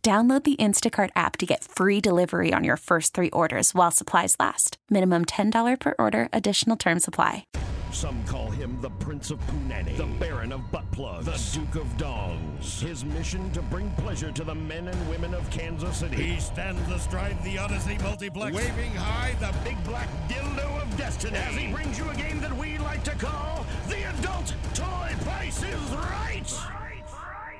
Download the Instacart app to get free delivery on your first three orders while supplies last. Minimum $10 per order, additional term supply. Some call him the Prince of Punani, the Baron of Butt Plugs, the Duke of Dongs. His mission to bring pleasure to the men and women of Kansas City. He stands astride the Odyssey Multiplex, waving high the big black dildo of destiny as he brings you a game that we like to call the Adult Toy Price is Right.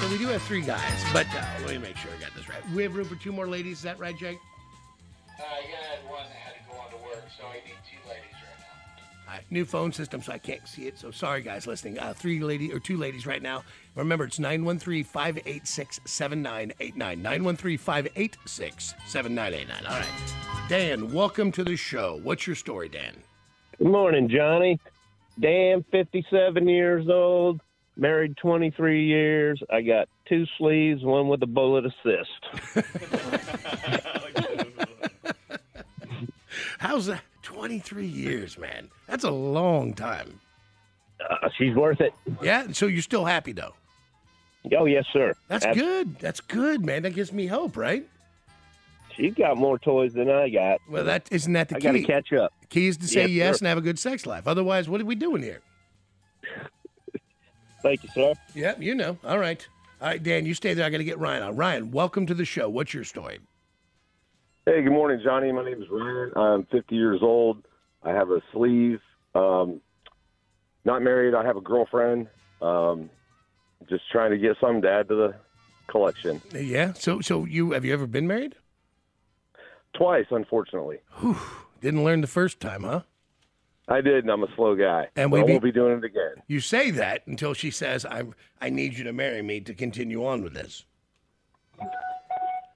So we do have three guys, but uh, let me make sure I got this right. We have room for two more ladies. Is that right, Jake? Uh, yeah, I had one that had to go on to work, so I need two ladies right All right, new phone system, so I can't see it. So sorry, guys listening. Uh, three lady or two ladies right now. Remember, it's 913-586-7989. 913-586-7989. All right. Dan, welcome to the show. What's your story, Dan? Good morning, Johnny. Dan, 57 years old, married 23 years. I got two sleeves, one with a bullet assist. How's that? 23 years, man. That's a long time. Uh, she's worth it. Yeah, so you're still happy though. Oh, yes, sir. That's Ab- good. That's good, man. That gives me hope, right? She's got more toys than I got. Well, that isn't that the I got to key. catch up. key is to say yes, Yes, sir. and have a good sex life. Otherwise, what are we doing here? Thank you, sir. Yep, you know. All right. All right, Dan, you stay there. I got to get Ryan on. Ryan, welcome to the show. What's your story? Hey, good morning, Johnny. My name is Ryan. I'm 50 years old. I have a sleeve. Um, not married. I have a girlfriend. Um, just trying to get something to add to the collection. Yeah. So, so you have you ever been married? Twice, unfortunately. Didn't learn the first time, huh? I did, and I'm a slow guy. And But we I be- won't be doing it again. You say that until she says, "I I need you to marry me to continue on with this."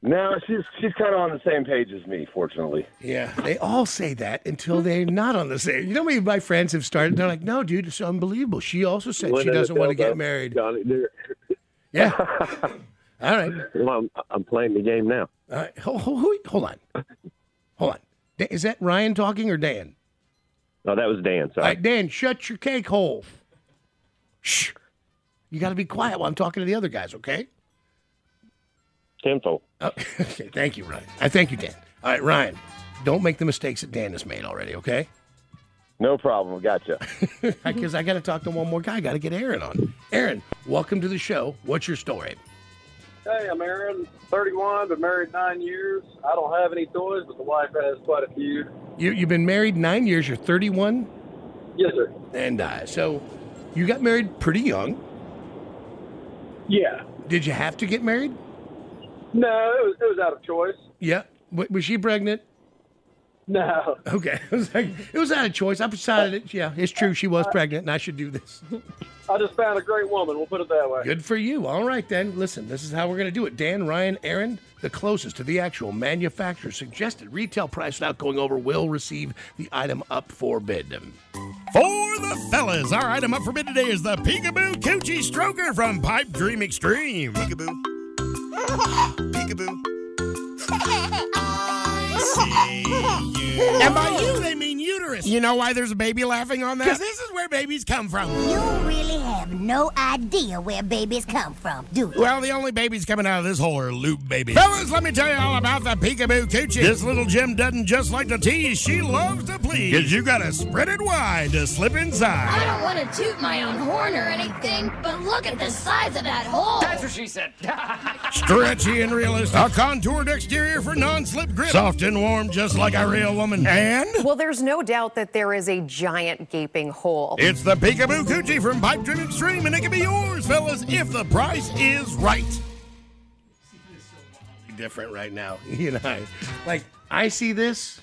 No, she's she's kind of on the same page as me, fortunately. Yeah, they all say that until they're not on the same. You know, me, and my friends have started. They're like, "No, dude, it's unbelievable." She also said she Winning the doesn't want to dildo, get married. Johnny, there- Yeah. all right. well, I'm, I'm playing the game now. All right. Hold, hold, hold on. Hold on. Da- Is that Ryan talking or Dan? Oh, No, that was Dan. All Sorry. right, Dan, shut your cake hole. Shh. You got to be quiet while I'm talking to the other guys, okay? Tenfold. Oh, okay. Thank you, Ryan. I thank you, Dan. All right, Ryan, don't make the mistakes that Dan has made already, okay? No problem. Gotcha. Because I got to talk to one more guy. I got to get Aaron on. Aaron, welcome to the show. What's your story? now. Hey, I'm Aaron, 31, been married nine years. I don't have any toys, but the wife has quite a few. You, you've been married nine years. You're 31, Yes, sir. and uh, so you got married pretty young. Yeah. Did you have to get married? No, it was, it was out of choice. Yeah. W- was she pregnant? No. Okay. It was, like, it was out of choice. I decided it. Yeah, it's true. She was pregnant, and I should do this. I just found a great woman. We'll put it that way. Good for you. All right, then. Listen, this is how we're going to do it. Dan, Ryan, Aaron, the closest to the actual manufacturer suggested retail price without going over will receive the item up for bid. For the fellas, our item up for bid today is the Peekaboo Coochie Stroker from Pipe Dream Extreme. Peekaboo. Peekaboo. I see you. And by you, they mean uterus. You know why there's a baby laughing on that? 'Cause this is where babies come from. You really have no idea where babies come from, do you? Well, the only babies coming out of this hole are lube babies. Fellas, let me tell you all about the peekaboo coochie. This little gem doesn't just like to tease, she loves to please. Cause you gotta spread it wide to slip inside. I don't want to toot my own horn or anything, but look at the size of that hole. Stretchy and realistic. A contoured exterior for non slip grip. Soft and warm, just like a real woman. And Well, there's no doubt that there is a giant gaping hole. it's the peekaboo coochie from Pipe Dream Extreme, and it can be yours, fellas, if the price is right. Different right now. He and I. Like, I see this.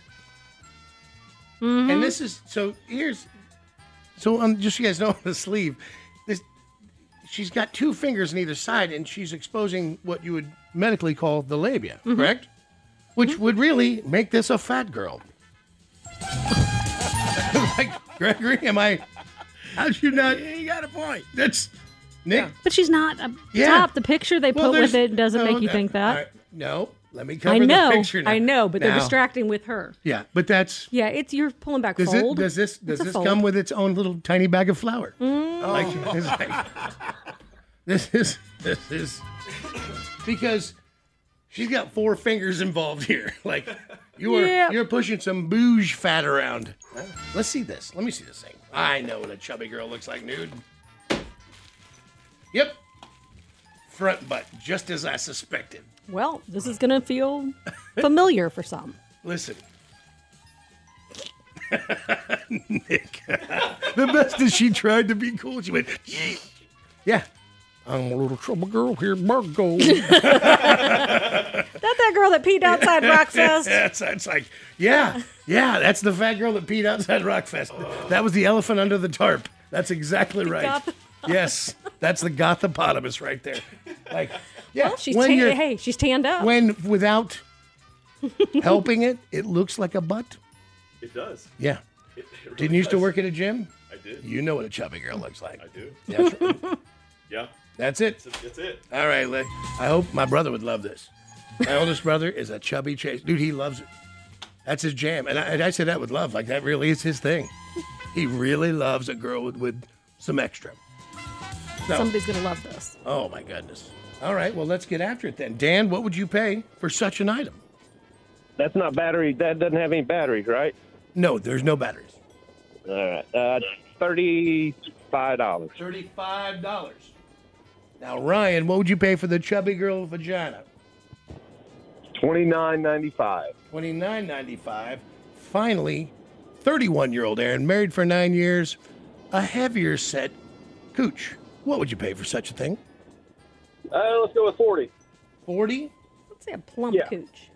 And this is so here's so um, just so you guys know on the sleeve, this she's got two fingers on either side and she's exposing what you would medically call the labia, correct? Which would really make this a fat girl. like Gregory, am I how'd you not You got a point. that's Nick But she's not a Yeah. top. The picture they Well, put with there's- Oh, it doesn't no, make you no, think all that. right, no, let me cover I the know, picture. Now. I know, but they're Now. distracting with her. Yeah, but that's Yeah, it's you're pulling back does fold. it does this does It's a this fold. Mm. come with its own little tiny bag of flour? Like, it's like- this is this is because she's got four fingers involved here. Like you are Yeah. you're pushing some bouge fat around. Let's see this. Let me see this thing. I know what a chubby girl looks like nude. Yep. Front butt, just as I suspected. Well, this is gonna feel familiar for some. Listen. Nick. the best is she tried to be cool. She went, yeah. I'm a little trouble girl here, Margot. That that girl that peed outside Rockfest. that's, that's like, yeah, yeah, that's the fat girl that peed outside Rockfest. That was the elephant under the tarp. That's exactly right. goth- Yes, that's the gothopotamus right there. Like, yeah, She's when tan- you're- hey, she's tanned up. when without helping it, it looks like a butt. It does. Yeah. It, it really Didn't you used to does. work at a gym? I did. You know what a chubby girl looks like. I do. That's, right. Yeah. That's it. That's, that's it. All right, Lee. I hope my brother would love this. My oldest brother is a chubby chase. Dude, he loves it. That's his jam. And I, and I say that with love. Like, that really is his thing. He really loves a girl with, with some extra. So, Somebody's gonna love this. oh, my goodness. All right, well, let's get after it then. Dan, what would you pay for such an item? That's not battery. That doesn't have any batteries, right? No, there's no batteries. All right. Uh, Thirty-five dollars. $35. Now, Ryan, what would you pay for the chubby girl vagina? Twenty nine ninety five. Twenty-nine ninety-five. Finally, 31 year old Aaron, married for nine years, a heavier set cooch. What would you pay for such a thing? Uh, let's go with 40. 40 Let's say a plump Yeah. cooch.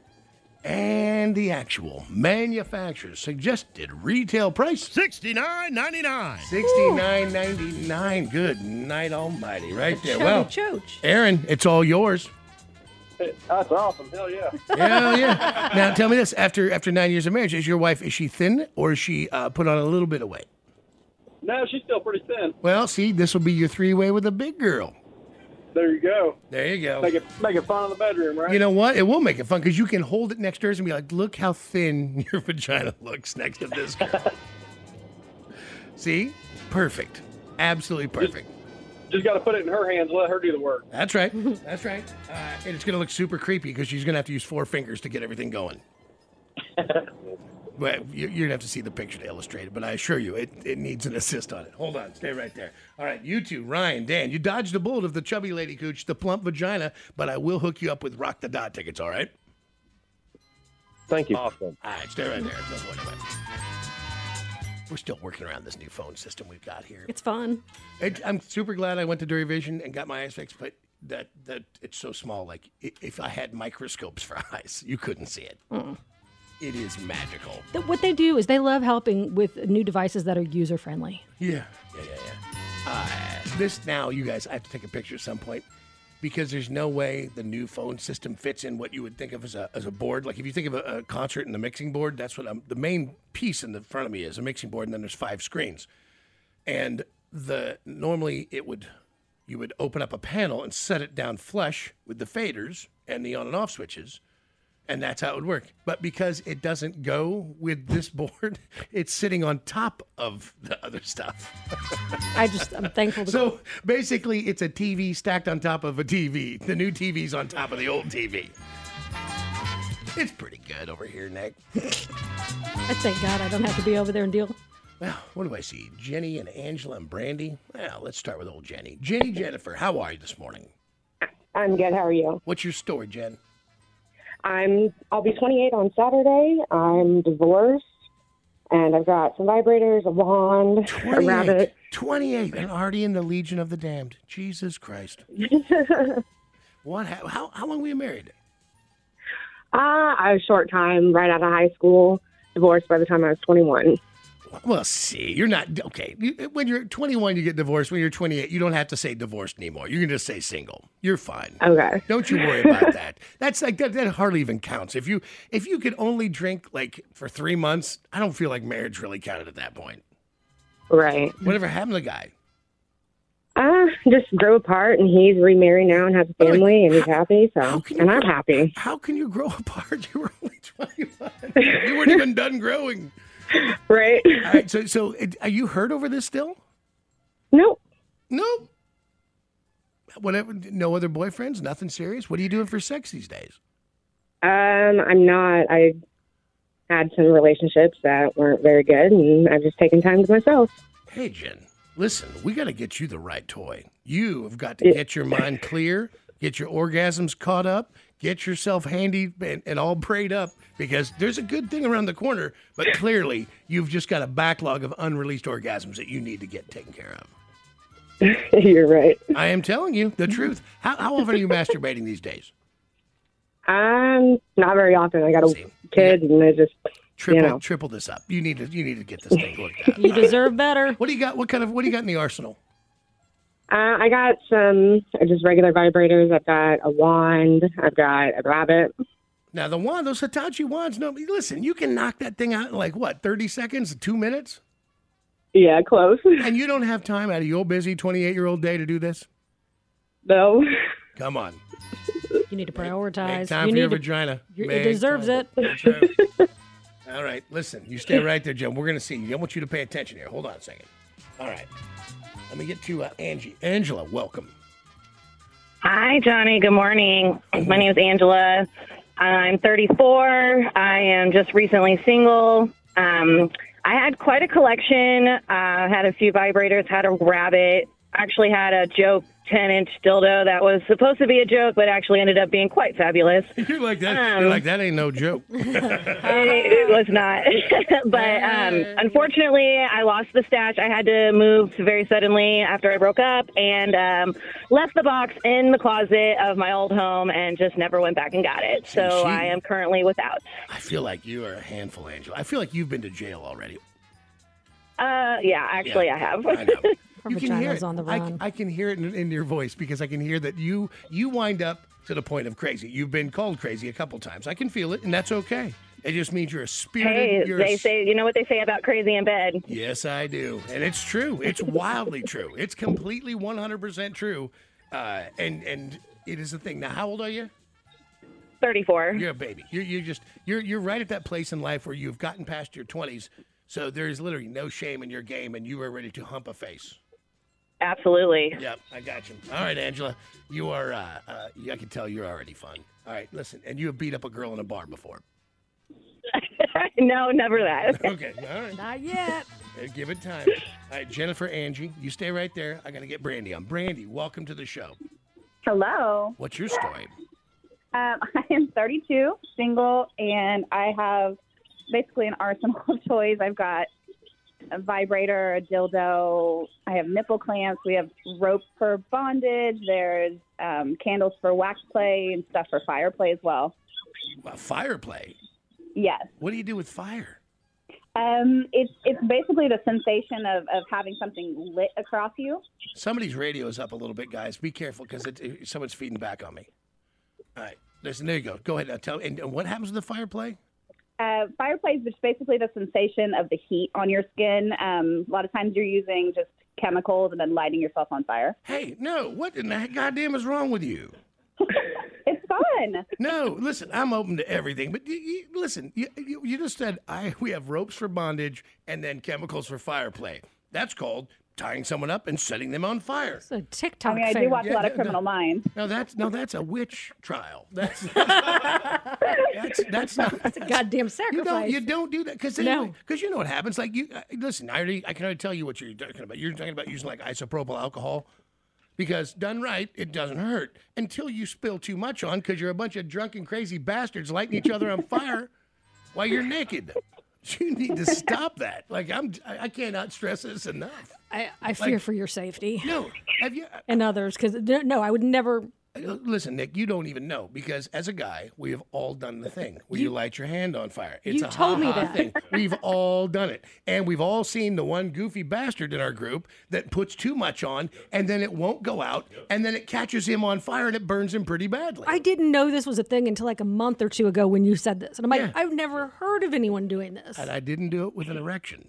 And the actual manufacturer's suggested retail price Sixty-nine ninety-nine. sixty-nine ninety-nine. Good night, almighty, right there. Chubby Well, chooch. Aaron, it's all yours. That's awesome. Hell yeah. Hell yeah! now tell me this: after after nine years of marriage, is your wife is she thin or is she uh, put on a little bit of weight? no, she's still pretty thin. Well, see, this will be your three way with a big girl. There you go. There you go. Make it, make it fun in the bedroom, right? You know what? It will make it fun because you can hold it next to hers and be like, look how thin your vagina looks next to this girl. See? Perfect. Absolutely perfect. Just got to put it in her hands. Let her do the work. That's right. That's right. Uh, and it's going to look super creepy because she's going to have to use four fingers to get everything going. well, you, you're going to have to see the picture to illustrate it, but I assure you, it, it needs an assist on it. Hold on. Stay right there. All right. You two, Ryan, Dan, you dodged the bullet of the chubby lady cooch, the plump vagina, but I will hook you up with Rock the Dot tickets, all right? Thank you. Awesome. All right, stay right there. Don't go anywhere. We're still working around this new phone system we've got here. It's fun. It, I'm super glad I went to Dairy Vision and got my eyes fixed, but that that it's so small. Like i- if I had microscopes for eyes, you couldn't see it. Mm. It is magical. Th- What they do is they love helping with new devices that are user friendly. Yeah, yeah, yeah, yeah. Uh, this now, you guys, I have to take a picture at some point because there's no way the new phone system fits in what you would think of as a, as a board. Like if you think of a, a concert and the mixing board, that's what I'm, the main piece in the front of me is a mixing board, and then there's five screens. And the normally it would you would open up a panel and set it down flush with the faders and the on and off switches. And that's how it would work. But because it doesn't go with this board, it's sitting on top of the other stuff. I just I'm thankful to So basically, it's a TV stacked on top of a TV. The new TV's on top of the old TV. It's pretty good over here, Nick. I thank God I don't have to be over there and deal. Well, what do I see? Jenny and Angela and Brandy. Well, let's start with old Jenny. Jenny Jennifer, how are you this morning? I'm good. How are you? What's your story, Jen? I'm. I'll be 28 on Saturday. I'm divorced, and I've got some vibrators, a wand, a 28. rabbit. 28 and already in the Legion of the Damned. Jesus Christ. What? How, how, how long were you married? Ah, uh, a short time, right out of high school. Divorced by the time I was 21. Well, see, you're not okay. You, when you're 21, you get divorced. When you're 28, you don't have to say divorced anymore. You can just say single. You're fine. Okay. Don't you worry about that. That's like that, that hardly even counts. If you if you could only drink like for three months, I don't feel like marriage really counted at that point. Right. Whatever happened to the guy? Ah, just grew apart, and he's remarried now and has a family, and he's happy. So, can you and I'm grow- happy. How can you grow apart? You were only 21. You weren't even done growing. Right. All right. So so it- are you hurt over this still? Nope. Nope. Whatever. No other boyfriends. Nothing serious. What are you doing for sex these days? Um, I'm not. I had some relationships that weren't very good, and I've just taken time to myself. Hey, Jen, listen, we got to get you the right toy. You have got to get your mind clear, get your orgasms caught up, get yourself handy and, and all prayed up because there's a good thing around the corner, but clearly you've just got a backlog of unreleased orgasms that you need to get taken care of. You're right. I am telling you the truth. How, how often are you masturbating these days? Um, not very often. I got a kid, and I just uh, Triple, you know. triple this up. You need to, you need to get this thing looked at. You deserve better. What do you got? What kind of, what do you got in the arsenal? Uh, I got some uh, just regular vibrators. I've got a wand. I've got a rabbit. Now the wand, those Hitachi wands. No, listen, you can knock that thing out in like what, thirty seconds, two minutes? Yeah, close. and you don't have time out of your busy twenty-eight-year-old day to do this. No. Come on, You need to prioritize. make time you for your need to- vagina. you- Make it deserves time. it. All right, listen, you stay right there, Jim. We're gonna see you. I want you to pay attention here. Hold on a second. All right, let me get to uh, Angie. Angela, welcome. Hi, Johnny. Good morning. My name is Angela. I'm 34. I am just recently single. Um, I had quite a collection. Uh, had a few vibrators. Had a rabbit. Actually, had a joke 10 inch dildo that was supposed to be a joke, but actually ended up being quite fabulous. You're like that. You're like that ain't no joke. it, it was not. but um, Mm. unfortunately, I lost the stash. I had to move very suddenly after I broke up and um, left the box in the closet of my old home and just never went back and got it. So she- I am currently without. I feel like you are a handful, Angela. I feel like you've been to jail already. Uh, yeah, actually, I have. I know. you can hear vagina's it. on the I, run. I can hear it in, in your voice because I can hear that you you wind up to the point of crazy. You've been called crazy a couple times. I can feel it, and that's okay. It just means you're a spirited. Hey, you're a they s- say you know what they say about crazy in bed. Yes, I do, and it's true. It's wildly true. It's completely 100% true, uh, and and it is the thing. Now, how old are you? 34. You're a baby. You're you just you're you're right at that place in life where you've gotten past your 20s. So there is literally no shame in your game, and you are ready to hump a face. Absolutely. Yep, I got you. All right, Angela, you are. Uh, uh, I can tell you're already fun. All right, listen, and you have beat up a girl in a bar before. no, never that. Okay, all right. Not yet. Uh, Give it time. All right, Jennifer, Angie, you stay right there. I gotta get Brandy on. Brandy, welcome to the show. Hello. What's your story? Um, I am 32, single, and I have basically an arsenal of toys. I've got a vibrator, a dildo. I have nipple clamps. We have rope for bondage. There's um, candles for wax play and stuff for fire play as well. A Uh, fire play. Yes. What do you do with fire? Um, it's it's basically the sensation of, of having something lit across you. Somebody's radio is up a little bit, guys. Be careful because it, it- someone's feeding back on me. All right, listen. There you go. Go ahead. Now tell. And, and what happens with the fire play? Uh, fire play is just basically the sensation of the heat on your skin. Um, a lot of times you're using just chemicals and then lighting yourself on fire. Hey, no. What in the heck goddamn is wrong with you? it's fun. No, listen. I'm open to everything, but you, you, listen. You, you, you just said I. We have ropes for bondage and then chemicals for fire play. That's called tying someone up and setting them on fire. It's a TikTok. I mean, I do fair. watch a lot of Criminal Minds. No, that's no, that's a witch trial. That's that's that's not. That's a goddamn You don't, sacrifice. you don't do that because No. because you know what happens. Like you uh, listen, I already I can already tell you what you're talking about. You're talking about using like isopropyl alcohol because done right, it doesn't hurt until you spill too much on because you're a bunch of drunken crazy bastards lighting each other on fire while you're naked. You need to stop that. Like I'm, I I cannot stress this enough. I, I fear Like- for your safety. No, have you? And others, because no, I would never. Uh, Listen, Nick, you don't even know because as a guy, we have all done the thing where you, light your hand on fire. It's you a told me ha-ha that. thing. We've all done it. And we've all seen the one goofy bastard in our group that puts too much on and then it won't go out and then it catches him on fire and it burns him pretty badly. I didn't know this was a thing until like a month or two ago when you said this, and I'm like, Yeah. I've never heard of anyone doing this. And I didn't do it with an erection.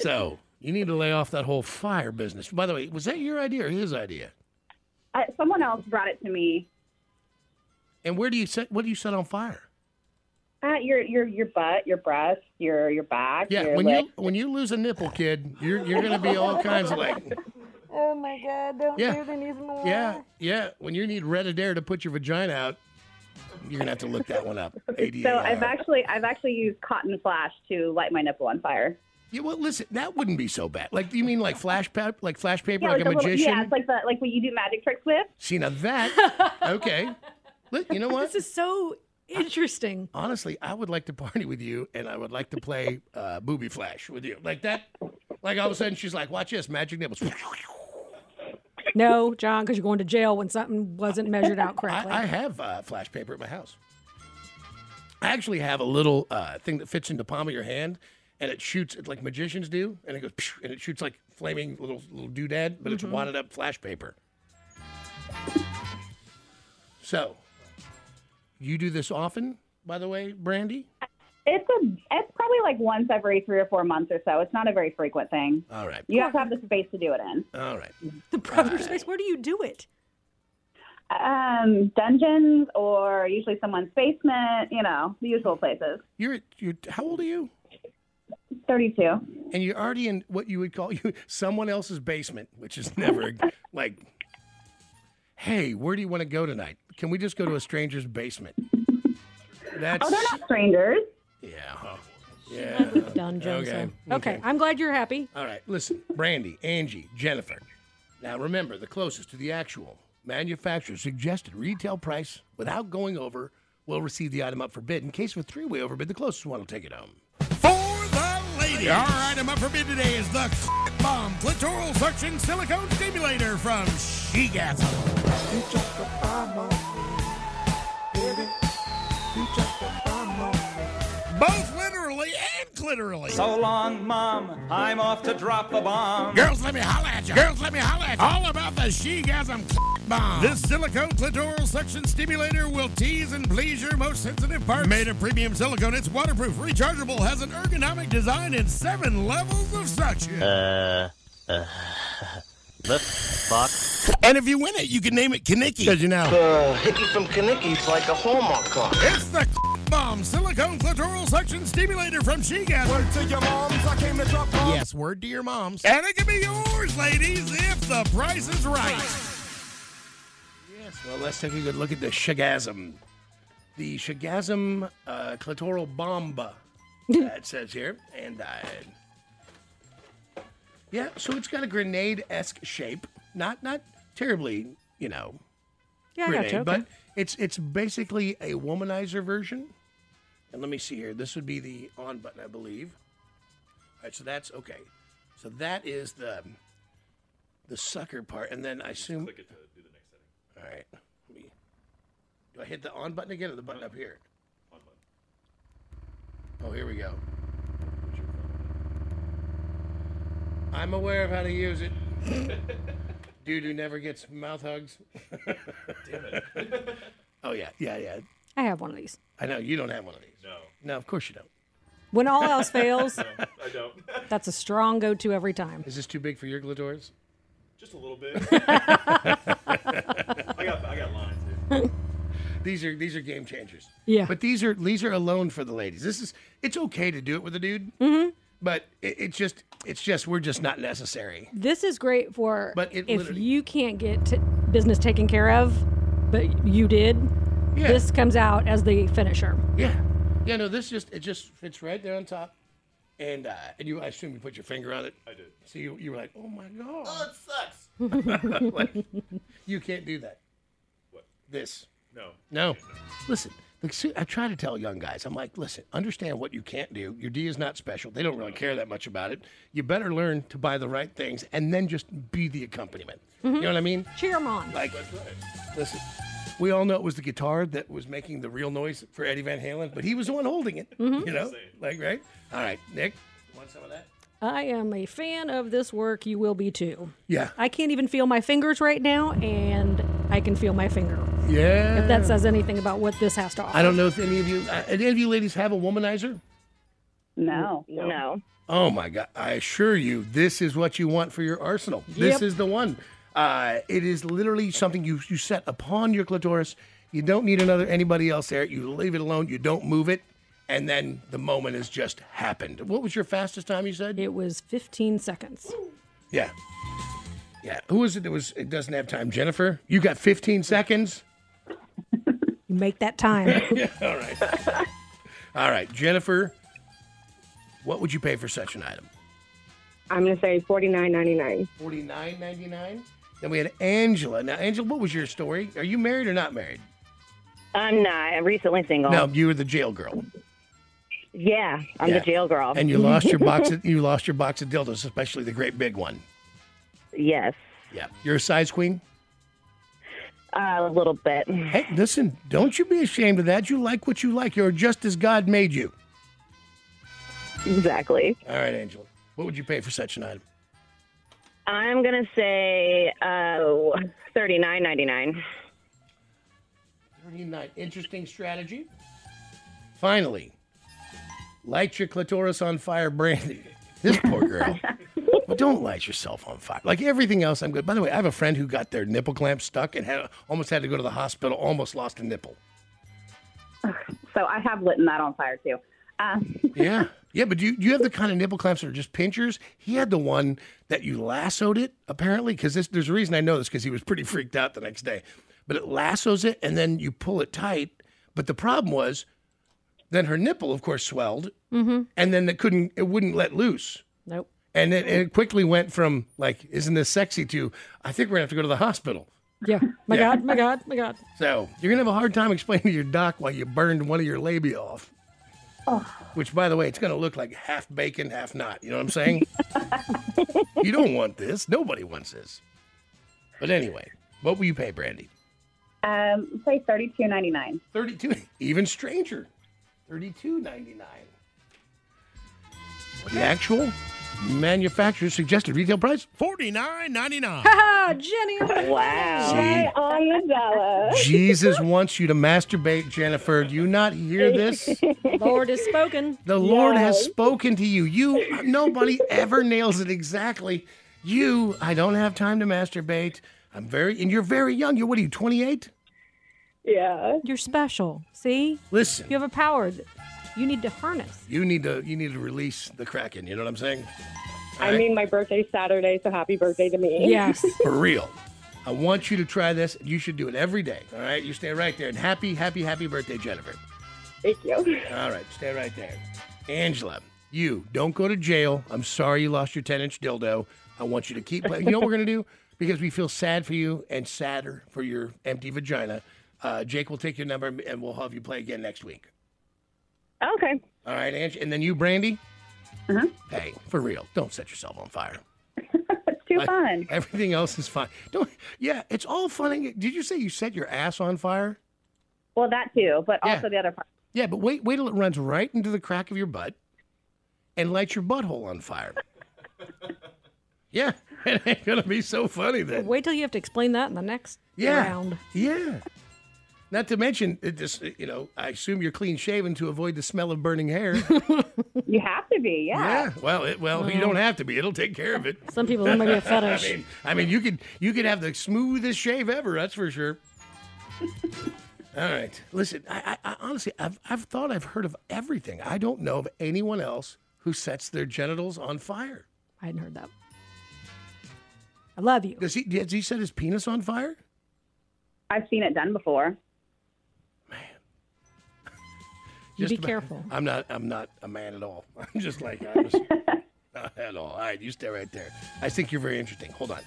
so you need to lay off that whole fire business. By the way, was that your idea or his idea? Uh, someone else brought it to me. And where do you set what do you set on fire? Uh, your your your butt, your breast, your your back. Yeah, your when leg. you when you lose a nipple, kid, you're you're gonna be all kinds of like, Oh my God! Don't Yeah. do the news Um, more. yeah, yeah. When you need red Adair to put your vagina out, you're gonna have to look that one up. ADAR. So I've actually I've actually used cotton flash to light my nipple on fire. yeah, well, listen, that wouldn't be so bad. Like, you mean like flash pa- like flash paper, like, a like little- magician? yeah, it's like the like what you do magic tricks with. See now that, okay. Look, you know what? This is so interesting. Honestly, I would like to party with you, and I would like to play uh, booby flash with you, like that. Like all of a sudden, she's like, "Watch this, magic nipples." No, John, because you're going to jail when something wasn't measured out correctly. I, I have uh, flash paper at my house. I actually have a little uh, thing that fits in the palm of your hand, and it shoots it like magicians do, and it goes psh, and it shoots like flaming little little doodad, but it's Mhm. wadded up flash paper. So, you do this often, by the way, Brandy? It's a it's probably like once every three or four months or so. It's not a very frequent thing. All right. You have to have the space to do it in. All right. The brother space. Where do you do it? Um, dungeons or usually someone's basement. You know the usual places. You're you're how old are you? Thirty-two. And you're already in what you would call you someone else's basement, which is never like, hey, where do you want to go tonight? Can we just go to a stranger's basement? That's Oh, they're not strangers. yeah, yeah. Dungeon. so- Okay. Okay. I'm glad you're happy. All right, listen, Brandy, Angie, Jennifer. Now remember, the closest to the actual manufacturer suggested retail price without going over will receive the item up for bid. In case of a three-way overbid, the closest one will take it home. Ladies. All right, I'm up for bid today is the bomb clitoral suction silicone stimulator from Shegasm. Both literally and clitorally. So long, Mom. I'm off to drop the bomb. Girls, let me holla at you. Girls, let me holla at you. All about the Shegasm clit bomb. This silicone clitoral suction stimulator will tease and please your most sensitive parts. Made of premium silicone, it's waterproof, rechargeable, has an ergonomic design, and seven levels of suction. Uh, uh, the fuck? And if you win it, you can name it Kaniki. Because you know. The hickey from Kanicki's like a Hallmark card. It's the clit bomb silicone clitoral suction stimulator from Shegasm. Word to your moms, I came to drop bombs. Yes, word to your moms. And it can be yours, ladies, if the price is right. Yes, well, let's take a good look at the shagasm. The shagasm uh, clitoral bomba, that says here. And uh, yeah, so it's got a grenade esque shape. Not not terribly, you know, Yeah, I grenade, gotcha. Okay. but it's it's basically a womanizer version. And let me see here. This would be the on button, I believe. All right, so that's okay. So that is the the sucker part, and then I assume. Click it to do the next setting. All right. Let me. Do I hit the on button again or the button up here? On button. Oh, here we go. I'm aware of how to use it. Dude who never gets mouth hugs. Damn it. oh yeah, yeah, yeah. I have one of these. I know you don't have one of these. No. No, of course you don't. When all else fails, I don't. that's a strong go to every time. Is this too big for your glitoris? Just a little bit. I got I got lines. dude. These are these are game changers. Yeah. But these are these are alone for the ladies. This is it's okay to do it with a dude. Mm-hmm. But it, it's just it's just we're just not necessary. This is great for But it if literally- you can't get t- business taken care of, but you did, Yeah. this comes out as the finisher. Yeah. Yeah, no, this just it just fits right there on top. And uh and you I assume you put your finger on it. I did. So you you were like, Oh my god. Oh, it sucks. like, you can't do that. What? This. No. No. Listen, like, see, I try to tell young guys, I'm like, listen, understand what you can't do. Your D is not special. They don't really care that much about it. You better learn to buy the right things and then just be the accompaniment. You know what I mean? Cheer them on. Like, listen, we all know it was the guitar that was making the real noise for Eddie Van Halen, but he was the one holding it. Mm-hmm. You know? Like, right? All right, Nick. Want some of that? I am a fan of this work. You will be too. Yeah. I can't even feel my fingers right now, and I can feel my finger. Yeah. If that says anything about what this has to offer. I don't know if any of you, uh, any of you ladies have a womanizer? No. No. Oh my God! I assure you, this is what you want for your arsenal. This Yep. is the one. Uh, it is literally something you you set upon your clitoris. You don't need another anybody else there. You leave it alone. You don't move it, and then the moment has just happened. What was your fastest time? You said it was 15 seconds. Yeah, yeah. Who was it that was? It doesn't have time. Jennifer, you got 15 seconds. You make that time. Yeah, all right, all right, Jennifer. What would you pay for such an item? I'm going to say forty nine ninety nine. Forty nine ninety nine. Then we had Angela. Now, Angela, what was your story? Are you married or not married? I'm not. I'm recently single. No, you were the jail girl, Yeah, I'm Yeah. the jail girl. and you lost your box. Of, you lost your box of dildos, especially the great big one. yes, Yeah, you're a size queen. Uh, a little bit. Hey, listen, don't you be ashamed of that. You like what you like. You're just as God made you. Exactly. All right, Angela. What would you pay for such an item? I'm gonna say uh, thirty nine ninety nine. Thirty nine. Interesting strategy. Finally, light your clitoris on fire, Brandy. This poor girl. but don't light yourself on fire. Like everything else, I'm good. By the way, I have a friend who got their nipple clamp stuck and had almost had to go to the hospital. Almost lost a nipple. So I have lit that on fire too. Um, Yeah, yeah. But do you, do you have the kind of nipple clamps that are just pinchers? He had the one that you lassoed it apparently because there's a reason I know this because he was pretty freaked out the next day. But it lassos it and then you pull it tight. But the problem was, then her nipple, of course, swelled, Mm-hmm. and then it couldn't, it wouldn't let loose. Nope. And it, it quickly went from like, isn't this sexy to, I think we're gonna have to go to the hospital. Yeah. My Yeah. God. My God. My God. So you're gonna have a hard time explaining to your doc why you burned one of your labia off. Which, by the way, it's gonna look like half bacon, half not. You know what I'm saying? you don't want this. Nobody wants this. But anyway, what will you pay, Brandy? um, say thirty two ninety nine. Thirty-two. Even stranger, thirty-two ninety-nine. The actual manufacturer suggested retail price forty nine ninety nine. Ha Jenny. See? Right on the dollar. Jesus wants you to masturbate, Jennifer. Do you not hear this? Lord has spoken. The Lord has spoken to you. You nobody ever nails it exactly. You, I don't have time to masturbate. I'm very and you're very young. You're what are you, 28? Yeah. You're special. See? Listen, You have a power that you need to harness. you need to you need to release the Kraken, you know what I'm saying? I mean, my birthday's Saturday, so happy birthday to me. Yes. For real. I want you to try this. You should do it every day. All right. You stay right there. And happy, happy, happy birthday, Jennifer. Thank you. All right, stay right there. Angela, you don't go to jail. I'm sorry you lost your 10 inch dildo. I want you to keep playing. You know what we're going to do? Because we feel sad for you and sadder for your empty vagina. Uh, Jake will take your number and we'll have you play again next week. Okay. All right, Angie. And then you, Brandy? Uh-huh. Hey, for real, don't set yourself on fire. it's too fun. Everything else is fine. Don't. Yeah, it's all fun. And, did you say you set your ass on fire? Well, that too, but also the other part. Yeah, but wait, wait till it runs right into the crack of your butt, and lights your butthole on fire. yeah, it ain't gonna be so funny then. Wait till you have to explain that in the next yeah. round. Yeah. Not to mention, it just, you know, I assume you're clean shaven to avoid the smell of burning hair. You have to be, yeah. Well, it, well, you don't have to be. It'll take care of it. Some people, it might be a fetish. I mean, I mean, you could you could have the smoothest shave ever. That's for sure. All right, listen. I, I, I honestly, I've I've thought I've heard of everything. I don't know of anyone else who sets their genitals on fire. I hadn't heard that. I love you. Does he? Does he set his penis on fire? I've seen it done before. You Just be about- careful. I'm not. I'm not a man at all. I'm just like I was. not at all. All right, you stay right there. I think you're very interesting. Hold on.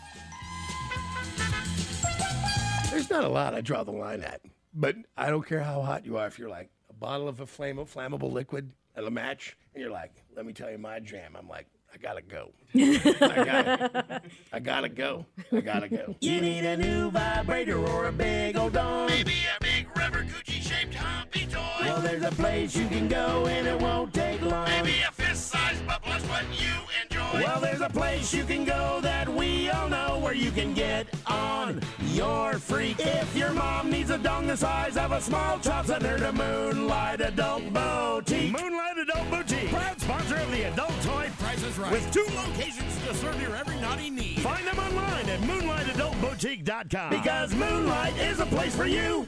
There's not a lot I draw the line at, but I don't care how hot you are. If you're like a bottle of a flame, flammable liquid and a match, and you're like, "Let me tell you my jam," I'm like, "I gotta go. I gotta, I gotta go. I gotta go." You need a new vibrator or a big old dong. Maybe a big rubber Gucci shaped humpy toy. Well, there's a place you can go and it won't take long. Maybe a fist sized bubbler's what you enjoy. Well, there's a place you can go that we all know where you can get on your freak. If your mom needs a dong the size of a small chop under the Moonlight Adult Boutique. Moonlight Adult Boutique. Proud sponsor of the Adult Toy Prices Right. With two locations to serve your every naughty need. Find them online at moonlightadultboutique.com. Because Moonlight is a place for you.